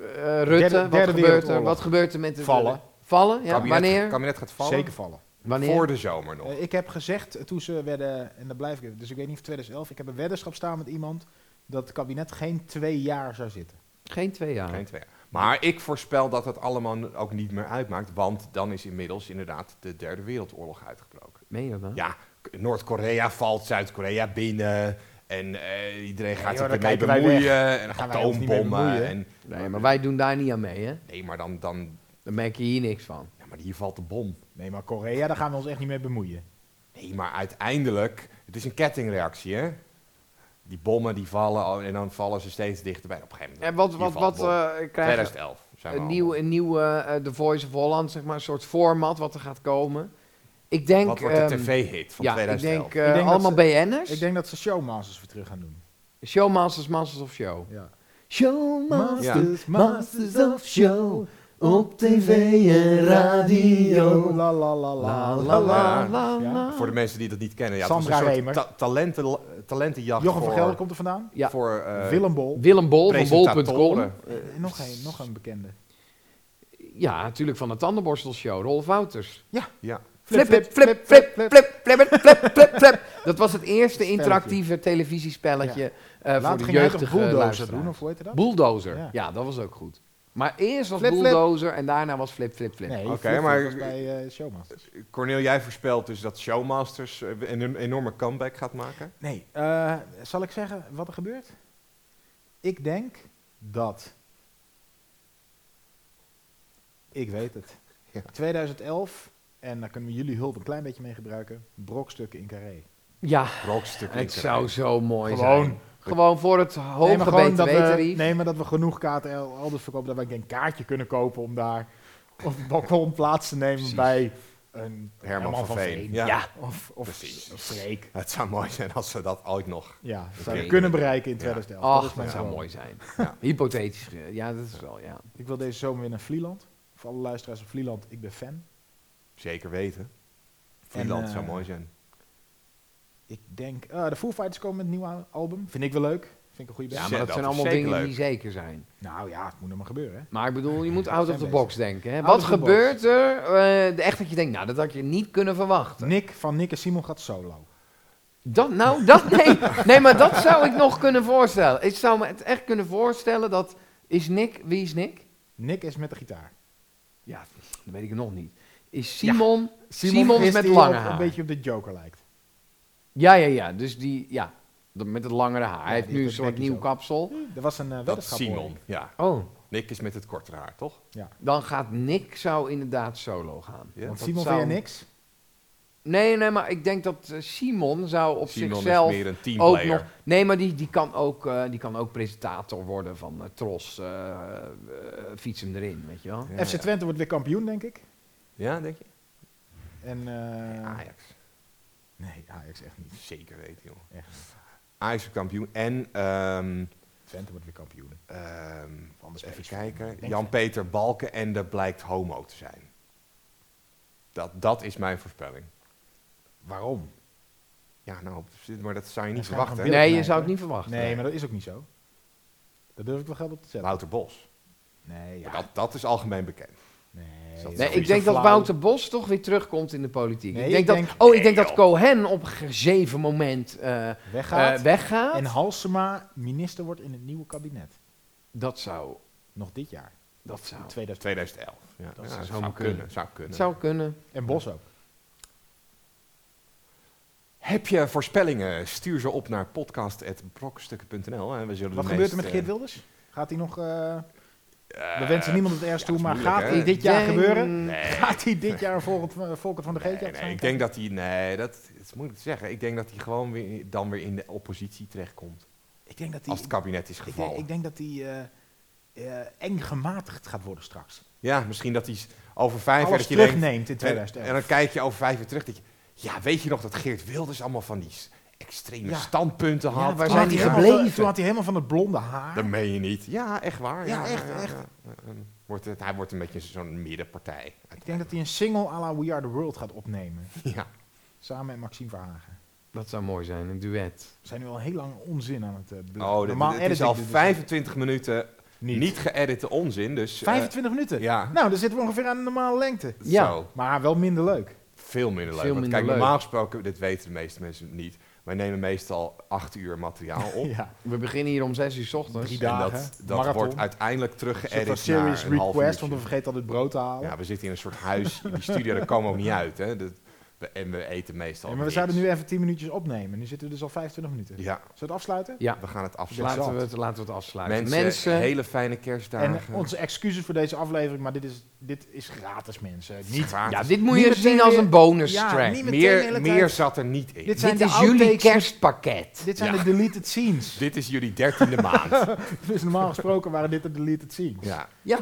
Speaker 1: Eh, Rutte,
Speaker 3: Derde-
Speaker 1: wat
Speaker 3: derde
Speaker 1: gebeurt er?
Speaker 3: wereldoorlog.
Speaker 1: Wat gebeurt er met het...
Speaker 3: Vallen.
Speaker 1: Vallen, ja.
Speaker 2: kabinet,
Speaker 1: Wanneer?
Speaker 2: kabinet gaat vallen.
Speaker 3: Zeker vallen.
Speaker 1: Wanneer?
Speaker 2: Voor de zomer nog.
Speaker 3: Eh, ik heb gezegd eh, toen ze werden, en dat blijf ik, dus ik weet niet of 2011, ik heb een weddenschap staan met iemand dat het kabinet geen twee jaar zou zitten.
Speaker 1: Geen twee jaar.
Speaker 2: Geen twee. Maar ik voorspel dat het allemaal n- ook niet meer uitmaakt, want dan is inmiddels inderdaad de Derde Wereldoorlog uitgebroken.
Speaker 1: Meen je dat nou?
Speaker 2: Ja. K- Noord-Korea valt Zuid-Korea binnen en eh, iedereen gaat
Speaker 3: joh,
Speaker 2: zich
Speaker 3: dan
Speaker 2: ermee
Speaker 3: kijken wij
Speaker 2: bemoeien en
Speaker 3: gaan wij ons niet mee
Speaker 2: atoombommen.
Speaker 3: bemoeien.
Speaker 2: En,
Speaker 1: Nee, maar wij doen daar niet aan mee, hè?
Speaker 2: nee, maar dan, dan
Speaker 1: Dan merk je hier niks van.
Speaker 2: ja, maar hier valt de bom.
Speaker 3: Nee, maar Korea, daar gaan we ons echt niet mee bemoeien.
Speaker 2: Nee, maar uiteindelijk, het is een kettingreactie, hè? Die bommen die vallen al- en dan vallen ze steeds dichterbij. Op een gegeven moment.
Speaker 1: En wat,
Speaker 2: hier
Speaker 1: wat,
Speaker 2: valt
Speaker 1: wat
Speaker 2: de bom.
Speaker 1: eh krijgen
Speaker 2: 2011 zijn we
Speaker 1: een
Speaker 2: al.
Speaker 1: nieuw, een nieuw eh, eh, The Voice of Holland, zeg maar, een soort format wat er gaat komen. Ik denk...
Speaker 2: Wat wordt de
Speaker 1: ehm,
Speaker 2: tv-hit van
Speaker 1: ja, ik
Speaker 2: 2011?
Speaker 1: denk, eh,
Speaker 3: Ik denk dat
Speaker 1: allemaal
Speaker 3: ze-
Speaker 1: BN'ers.
Speaker 3: Ik denk dat ze showmasters weer terug gaan doen.
Speaker 1: Showmasters, Masters of Show.
Speaker 3: Ja.
Speaker 1: Showmasters, Masters of Show. Op tv en
Speaker 3: radio. La la la
Speaker 1: La,
Speaker 3: la
Speaker 1: la, la,
Speaker 2: Ja.
Speaker 1: la,
Speaker 3: Ja.
Speaker 1: la.
Speaker 2: Voor de mensen die dat niet kennen, ja, het
Speaker 3: Sandra
Speaker 2: was een
Speaker 3: Remer.
Speaker 2: soort ta- talenten, talentenjacht
Speaker 3: Jochem van
Speaker 2: voor,
Speaker 3: Gelder komt er vandaan.
Speaker 1: Ja.
Speaker 2: voor eh,
Speaker 3: Willem Bol.
Speaker 1: Willem Bol van bol.com.
Speaker 2: presentatoren.
Speaker 1: eh,
Speaker 3: En nog een, nog een bekende.
Speaker 1: Ja, natuurlijk van de Tandenborstelshow, Rolf Wouters.
Speaker 2: Ja.
Speaker 1: Flip, flip, flip, flip, flip, flip, flip, flip, flip. Dat was het eerste
Speaker 3: Spelletje.
Speaker 1: interactieve televisiespelletje eh voor
Speaker 3: Laat
Speaker 1: de
Speaker 3: ging hij toch
Speaker 1: jeugdige
Speaker 3: bulldozer
Speaker 1: luisteraars.
Speaker 3: doen, of hoe heette dat?
Speaker 1: Bulldozer, ja.
Speaker 3: Ja.
Speaker 1: dat was ook goed. Maar eerst was
Speaker 3: Flip, flip.
Speaker 1: Bulldozer en daarna was Flip, Flip, Flip.
Speaker 3: Nee,
Speaker 2: Oké,
Speaker 3: Flip, Flip
Speaker 2: maar-
Speaker 3: was bij eh showmasters.
Speaker 2: Cornel, jij voorspelt dus dat Showmasters eh, een, een enorme comeback gaat maken.
Speaker 3: Nee, eh, zal ik zeggen wat er gebeurt? Ik denk dat... Ik weet het.
Speaker 2: Ja.
Speaker 3: 2011, en daar kunnen we jullie hulp een klein beetje mee gebruiken, brokstukken in carré.
Speaker 1: Ja,
Speaker 2: Rockstuk.
Speaker 1: het zou zo mooi zijn.
Speaker 3: Gewoon.
Speaker 1: Gewoon voor het
Speaker 3: Nee, maar
Speaker 1: hoge
Speaker 3: gewoon dat we,
Speaker 1: btw-tarief.
Speaker 3: nee, maar dat we genoeg kaarten el- elders verkopen, dat we een kaartje kunnen kopen om daar op het balkon plaats te nemen bij een
Speaker 2: Herman van Veen. Ja.
Speaker 3: Ja. Of, of
Speaker 2: Precies.
Speaker 3: of Freek.
Speaker 2: Het zou mooi zijn als ze dat ooit nog.
Speaker 3: Ja, zou
Speaker 2: Freek.
Speaker 3: je kunnen bereiken in 2011. Dat is
Speaker 1: Ach,
Speaker 3: mijn
Speaker 1: dat zou
Speaker 3: droom.
Speaker 1: mooi zijn.
Speaker 2: Ja.
Speaker 1: (laughs) Hypothetisch, eh, ja, dat is wel, ja.
Speaker 3: Ik wil deze zomer weer naar Vlieland. Voor alle luisteraars op Vlieland, ik ben fan.
Speaker 2: Zeker weten. Vlieland
Speaker 3: eh,
Speaker 2: zou mooi zijn.
Speaker 3: Ik denk, eh, de Foo Fighters komen met een nieuw al- album. Vind ik wel leuk. Vind ik een goede
Speaker 1: Ja,
Speaker 3: band.
Speaker 1: maar
Speaker 2: dat
Speaker 1: dat zijn
Speaker 2: is
Speaker 1: allemaal
Speaker 2: zeker
Speaker 1: dingen
Speaker 2: leuk.
Speaker 1: die zeker zijn.
Speaker 3: Nou ja, het moet nog maar gebeuren. Hè.
Speaker 1: Maar ik bedoel, je moet out of the
Speaker 3: Fanbase.
Speaker 1: box denken. Hè?
Speaker 3: Out
Speaker 1: Wat
Speaker 3: of the box.
Speaker 1: gebeurt er? eh, echt dat je denkt, nou, dat had je niet kunnen
Speaker 2: eh?
Speaker 1: verwachten.
Speaker 3: Nick van Nick en Simon gaat solo.
Speaker 1: Dat, nou, dat,
Speaker 3: (laughs)
Speaker 1: nee. nee, maar dat zou ik nog kunnen voorstellen. Ik zou me het echt kunnen voorstellen dat... Is Nick, wie is Nick?
Speaker 3: Nick is met de gitaar.
Speaker 1: Ja, dat weet ik nog niet. Is Simon... Simon,
Speaker 3: is
Speaker 1: is met
Speaker 3: die
Speaker 1: lange
Speaker 3: op-
Speaker 1: haar.
Speaker 3: Een beetje op de Joker lijkt.
Speaker 1: Ja, ja, ja. Dus die, ja, dat- met het langere haar. Hij
Speaker 3: Ja,
Speaker 1: heeft
Speaker 3: die
Speaker 1: nu een
Speaker 3: heeft
Speaker 1: soort
Speaker 3: een
Speaker 1: nieuw
Speaker 3: bekkie
Speaker 1: kapsel.
Speaker 3: Er was een eh,
Speaker 2: Dat
Speaker 3: weddenschap. hoor
Speaker 2: Simon.
Speaker 3: ik.
Speaker 2: Ja.
Speaker 1: Oh,
Speaker 2: Nick is met het kortere haar, toch?
Speaker 1: dan gaat Nick zou inderdaad solo gaan.
Speaker 2: Ja.
Speaker 3: Want
Speaker 1: dat
Speaker 3: Simon
Speaker 1: zou-
Speaker 3: vind je niks?
Speaker 1: Nee, nee, maar ik denk dat eh, Simon zou op
Speaker 2: Simon
Speaker 1: zichzelf...
Speaker 2: is meer een
Speaker 1: ook
Speaker 2: teamplayer.
Speaker 1: nog. Nee, maar die, die, kan ook, eh, die kan ook presentator worden van eh, Tros. eh, eh, fiets hem erin, weet je wel.
Speaker 2: Ja,
Speaker 3: FC
Speaker 2: ja.
Speaker 3: Twente wordt weer kampioen, denk ik.
Speaker 2: Ja, denk je?
Speaker 3: En, eh,
Speaker 2: Ajax.
Speaker 3: Nee, Ajax echt niet.
Speaker 2: Zeker weten, jongen.
Speaker 3: Echt niet.
Speaker 2: Ajax is kampioen. En, ehm,
Speaker 3: Twente wordt weer kampioen.
Speaker 2: ehm,
Speaker 3: Anders
Speaker 2: even
Speaker 3: PSV. Denk
Speaker 2: kijken.
Speaker 3: ik.
Speaker 2: Jan-Peter Balkenende blijkt homo te zijn. Dat, dat is mijn voorspelling.
Speaker 3: Waarom?
Speaker 2: Ja, nou, precies, maar dat zou je niet
Speaker 3: Dat gaan we
Speaker 2: verwachten.
Speaker 3: beeld-
Speaker 2: hè?
Speaker 1: Nee, je
Speaker 3: mij,
Speaker 1: zou het
Speaker 3: hoor.
Speaker 1: niet verwachten.
Speaker 3: Nee, maar dat is ook niet zo. Daar durf ik wel geld op te zetten.
Speaker 2: Wouter Bos.
Speaker 3: Nee, ja.
Speaker 2: Maar Nou, Dat, dat is algemeen bekend.
Speaker 3: nee,
Speaker 2: dat
Speaker 3: dat
Speaker 2: is
Speaker 1: Nee,
Speaker 3: is
Speaker 1: ik
Speaker 3: zo
Speaker 1: denk dat
Speaker 3: flauw.
Speaker 1: Wouter Bos toch weer terugkomt in de politiek.
Speaker 3: Nee,
Speaker 1: ik denk
Speaker 3: ik
Speaker 1: dat,
Speaker 3: denk-
Speaker 1: oh, ik denk
Speaker 2: Nee,
Speaker 1: dat
Speaker 2: joh.
Speaker 1: Cohen op een gegeven moment eh,
Speaker 3: weggaat.
Speaker 1: eh, weggaat.
Speaker 3: en Halsema minister wordt in het nieuwe kabinet.
Speaker 1: dat zou.
Speaker 3: Nog dit jaar.
Speaker 1: Dat zou.
Speaker 2: Oh.
Speaker 3: 2000.
Speaker 2: 2011. Ja,
Speaker 1: Dat
Speaker 2: ja,
Speaker 1: zou
Speaker 2: zou
Speaker 1: maar
Speaker 2: kunnen.
Speaker 1: kunnen.
Speaker 2: Zou kunnen.
Speaker 1: Zou kunnen.
Speaker 3: En Bos ook.
Speaker 2: Heb je voorspellingen? Stuur ze op naar podcast.brokstukken.nl. En we zullen
Speaker 3: Wat
Speaker 2: de
Speaker 3: gebeurt
Speaker 2: meest,
Speaker 3: er met
Speaker 2: eh,
Speaker 3: Geert Wilders? Gaat hij nog... eh,
Speaker 2: eh,
Speaker 3: we wensen niemand het
Speaker 2: ja,
Speaker 3: ergst toe,
Speaker 2: dat is
Speaker 3: maar
Speaker 2: moeilijk,
Speaker 3: gaat
Speaker 2: hè?
Speaker 3: hij dit jaar
Speaker 1: Denk-
Speaker 3: gebeuren?
Speaker 2: Nee.
Speaker 3: Gaat hij dit jaar volgend, Volkert van de Geetje
Speaker 2: Nee, nee, ik denk dat hij, nee, dat het is moeilijk te zeggen. Ik denk dat hij gewoon weer, dan weer in de oppositie terechtkomt.
Speaker 3: ik denk dat hij...
Speaker 2: Als het kabinet is
Speaker 3: ik, denk,
Speaker 2: gevallen.
Speaker 3: ik denk dat hij eh, eh, eng gematigd gaat worden straks.
Speaker 2: Ja, misschien dat hij s- over vijf jaar
Speaker 3: Alles
Speaker 2: dat je denkt-
Speaker 3: terugneemt in
Speaker 2: en, en
Speaker 3: 2011.
Speaker 2: dan kijk je over vijf jaar terug. Dat je, ja, weet je nog dat Geert Wilders allemaal van die s- extreme
Speaker 3: Ja.
Speaker 2: standpunten had?
Speaker 1: waar
Speaker 2: Ah,
Speaker 1: zijn die
Speaker 3: hij
Speaker 2: ja.
Speaker 3: helemaal
Speaker 1: gebleven?
Speaker 3: van- Toen had hij helemaal van het blonde haar.
Speaker 2: Dat meen je niet. Ja, echt waar.
Speaker 3: Ja, echt, echt.
Speaker 2: ja. Wordt het, hij wordt een beetje zo'n middenpartij.
Speaker 3: Ik denk dat hij een single à la We Are The World gaat opnemen.
Speaker 2: (laughs) Ja.
Speaker 3: Samen met Maxime Verhagen.
Speaker 1: Dat zou mooi zijn, een duet.
Speaker 3: We zijn nu al heel lang onzin aan het eh bl-
Speaker 2: Oh, dit- dit,
Speaker 3: edit
Speaker 2: is
Speaker 3: ik
Speaker 2: al
Speaker 3: dit dus
Speaker 2: 25 minuten niet, geëdite onzin. Dus, eh,
Speaker 3: 25 minuten?
Speaker 2: ja,
Speaker 3: Nou, dan zitten we ongeveer aan de normale lengte.
Speaker 1: Ja.
Speaker 2: zo.
Speaker 3: Maar wel minder leuk.
Speaker 2: Veel minder leuk.
Speaker 1: Veel
Speaker 2: want
Speaker 1: minder
Speaker 2: kijk,
Speaker 1: leuk.
Speaker 2: normaal gesproken, dit weten de meeste mensen niet. Wij nemen meestal acht uur materiaal op.
Speaker 3: (laughs) Ja.
Speaker 1: We beginnen hier om 6 uur 's ochtends.
Speaker 3: Drie
Speaker 2: En
Speaker 3: dagen.
Speaker 2: dat, dat
Speaker 3: marathon.
Speaker 2: wordt uiteindelijk
Speaker 3: Een soort
Speaker 2: teruggeëdit
Speaker 3: van
Speaker 2: naar
Speaker 3: serious
Speaker 2: een half
Speaker 3: request, want
Speaker 2: uurtje.
Speaker 3: we vergeten altijd brood te halen.
Speaker 2: Ja, we zitten in een soort huis. In die studio, daar komen we ook niet uit. Hè. Dat, we- en we eten meestal
Speaker 3: Ja, maar we
Speaker 2: niks.
Speaker 3: zouden nu even 10 minuutjes opnemen. Nu zitten we dus al 25 minuten. Zullen
Speaker 2: Ja,
Speaker 3: we het afsluiten?
Speaker 1: Ja,
Speaker 2: we gaan het afsluiten.
Speaker 1: laten we, het, laten we het afsluiten.
Speaker 2: Mensen, hele fijne
Speaker 3: En
Speaker 2: kerstdagen.
Speaker 3: onze excuses voor deze aflevering, maar dit is, dit is gratis, mensen. Niet,
Speaker 2: Gratis.
Speaker 1: ja, dit moet je
Speaker 3: meteen
Speaker 1: zien als
Speaker 3: weer-
Speaker 1: een bonus
Speaker 3: Ja,
Speaker 1: track.
Speaker 3: niet meteen de hele
Speaker 2: meer,
Speaker 3: tijd.
Speaker 2: meer zat er niet in.
Speaker 3: Dit
Speaker 2: Dit,
Speaker 3: zijn
Speaker 1: Dit
Speaker 3: de
Speaker 1: is jullie
Speaker 3: outtakes.
Speaker 1: kerstpakket.
Speaker 3: Dit zijn
Speaker 2: Ja.
Speaker 3: de deleted
Speaker 2: (laughs)
Speaker 3: scenes.
Speaker 2: is jullie dertiende maand.
Speaker 3: (laughs) Dus normaal gesproken waren dit de deleted scenes. Ja,
Speaker 2: Ja,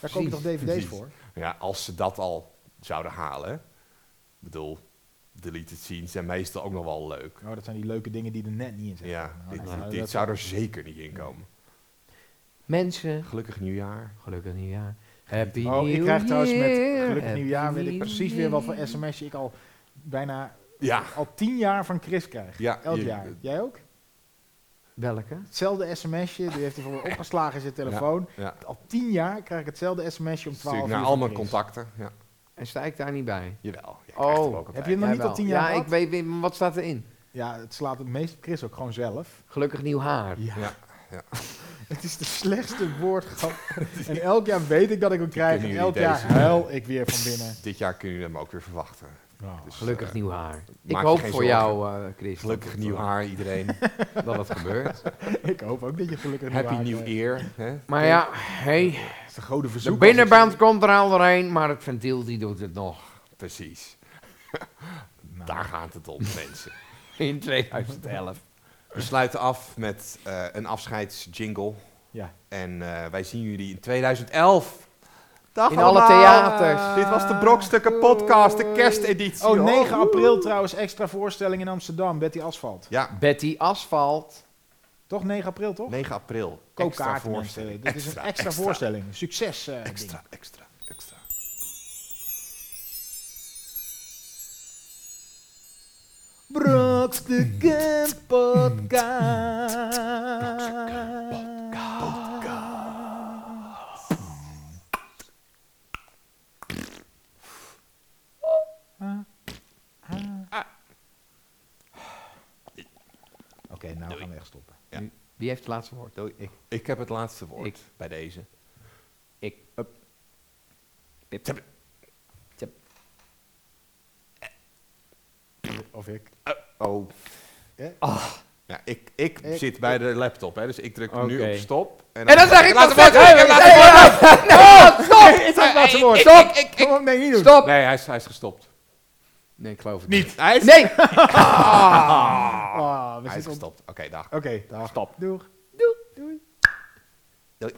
Speaker 3: daar komen toch DVD's
Speaker 2: Precies.
Speaker 3: voor?
Speaker 2: ja, als ze dat al zouden halen. hè. Ik bedoel, deleted scenes zijn meestal ook nog wel leuk.
Speaker 3: Oh, dat zijn die leuke dingen die er net niet in zitten.
Speaker 2: Ja,
Speaker 3: Nou,
Speaker 2: dit,
Speaker 3: nou,
Speaker 2: dit,
Speaker 3: dat-
Speaker 2: zou er zeker niet in komen.
Speaker 1: Mensen,
Speaker 2: Gelukkig nieuwjaar.
Speaker 1: gelukkig nieuwjaar. Happy New Year.
Speaker 3: Oh, ik krijg trouwens met gelukkig
Speaker 1: Happy
Speaker 3: nieuwjaar weet ik
Speaker 1: New
Speaker 3: precies weer wat voor
Speaker 1: Year.
Speaker 3: sms'je ik al bijna
Speaker 2: Ja,
Speaker 3: al tien jaar van Chris krijg.
Speaker 2: ja.
Speaker 3: Elk
Speaker 2: je-
Speaker 3: jaar. Jij ook?
Speaker 1: Welke?
Speaker 3: Hetzelfde sms'je, die heeft hij voor me opgeslagen in zijn telefoon.
Speaker 2: Ja,
Speaker 3: Al tien jaar krijg ik hetzelfde sms'je om
Speaker 2: stuur ik
Speaker 3: 12 uur.
Speaker 2: naar
Speaker 3: van
Speaker 2: al mijn
Speaker 3: Chris.
Speaker 2: contacten. Ja.
Speaker 1: En sta ik daar niet bij?
Speaker 2: Jawel. jij
Speaker 1: Oh,
Speaker 2: krijgt hem ook
Speaker 3: Heb
Speaker 2: altijd.
Speaker 3: je hem nog
Speaker 1: Jij
Speaker 3: niet al
Speaker 1: wel.
Speaker 3: tien jaar
Speaker 1: Ja,
Speaker 3: gehad?
Speaker 1: ik weet, weet- maar wat staat erin?
Speaker 3: Ja, het slaat het meest op Chris ook gewoon zelf.
Speaker 1: Gelukkig nieuw haar.
Speaker 2: Ja, ja.
Speaker 3: (laughs) Het is de slechtste woordgrap.
Speaker 2: (laughs)
Speaker 3: en elk jaar weet ik dat ik hem krijg. En
Speaker 2: jullie
Speaker 3: elk jaar
Speaker 2: deze-
Speaker 3: huil ik weer van binnen.
Speaker 2: Dit jaar kunnen jullie hem ook weer verwachten. Dus,
Speaker 1: Gelukkig
Speaker 2: eh,
Speaker 1: nieuw haar. Ik
Speaker 2: maak je
Speaker 1: hoop
Speaker 2: geen
Speaker 1: voor
Speaker 2: zorgen.
Speaker 1: jou, eh Chris.
Speaker 2: Gelukkig
Speaker 1: dat-
Speaker 2: nieuw haar
Speaker 3: eh? (laughs)
Speaker 2: iedereen.
Speaker 1: Dat het gebeurt.
Speaker 3: Ik hoop ook dat je gelukkig eh.
Speaker 2: Happy
Speaker 3: nieuwjaar
Speaker 2: New
Speaker 3: krijgt.
Speaker 2: Year. Hè?
Speaker 1: Maar ja, hey,
Speaker 3: Het is een gouden verzoek.
Speaker 1: de
Speaker 3: als ik-
Speaker 1: binnenband komt er al doorheen, maar het ventiel die doet het nog. (laughs)
Speaker 2: Precies. (laughs)
Speaker 3: Nou,
Speaker 2: Daar gaat het om, mensen.
Speaker 1: In 2011.
Speaker 2: We sluiten af met eh, een afscheidsjingle.
Speaker 3: Ja.
Speaker 2: En eh, wij zien jullie in 2011. Dag
Speaker 1: In alle theaters.
Speaker 2: Dit was de Brokstukken podcast, de kersteditie.
Speaker 3: Oh,
Speaker 2: hoor.
Speaker 3: 9 april trouwens, extra voorstelling in Amsterdam, Betty Asfalt.
Speaker 2: Ja,
Speaker 1: Betty Asfalt.
Speaker 3: Toch 9 april, toch?
Speaker 2: 9 april.
Speaker 3: Koop
Speaker 2: Extra
Speaker 3: kaarten,
Speaker 2: voorstelling.
Speaker 3: mensen. Dit is een extra, voorstelling. Succes. eh,
Speaker 2: Extra, extra, extra.
Speaker 3: Brokstukken podcast. Oké, nou gaan we echt stoppen.
Speaker 1: (laughs) Wie heeft het laatste woord? Oh,
Speaker 2: Doei. Ik, ik heb het laatste woord
Speaker 1: Ik.
Speaker 2: bij deze.
Speaker 1: Ik. Up. Pip.
Speaker 2: Tip.
Speaker 1: Tip.
Speaker 3: Of ik. (laughs)
Speaker 2: Oh. Ah.
Speaker 3: Ja?
Speaker 2: Ja, ik, ik,
Speaker 3: Ik-
Speaker 2: zit bij de laptop, hè, dus ik druk nu
Speaker 1: Oké.
Speaker 2: op stop.
Speaker 1: En dan zeg ik
Speaker 2: Laat
Speaker 1: pas
Speaker 2: het woord, ik heb het laatste woord.
Speaker 1: Stop!
Speaker 3: Is dat het laatste woord?
Speaker 1: Stop!
Speaker 3: Kom op, Oh, nee, niet doen.
Speaker 1: Stop!
Speaker 2: Nee, hij is, hij is gestopt.
Speaker 1: Nee, ik geloof het
Speaker 2: Niet. Hij is,
Speaker 1: Nee!
Speaker 3: Ah, we
Speaker 2: hij is
Speaker 3: Ah, zitten op.
Speaker 2: Ah, gestopt. Oké, dag.
Speaker 3: Oké, dag. Stop. Doeg.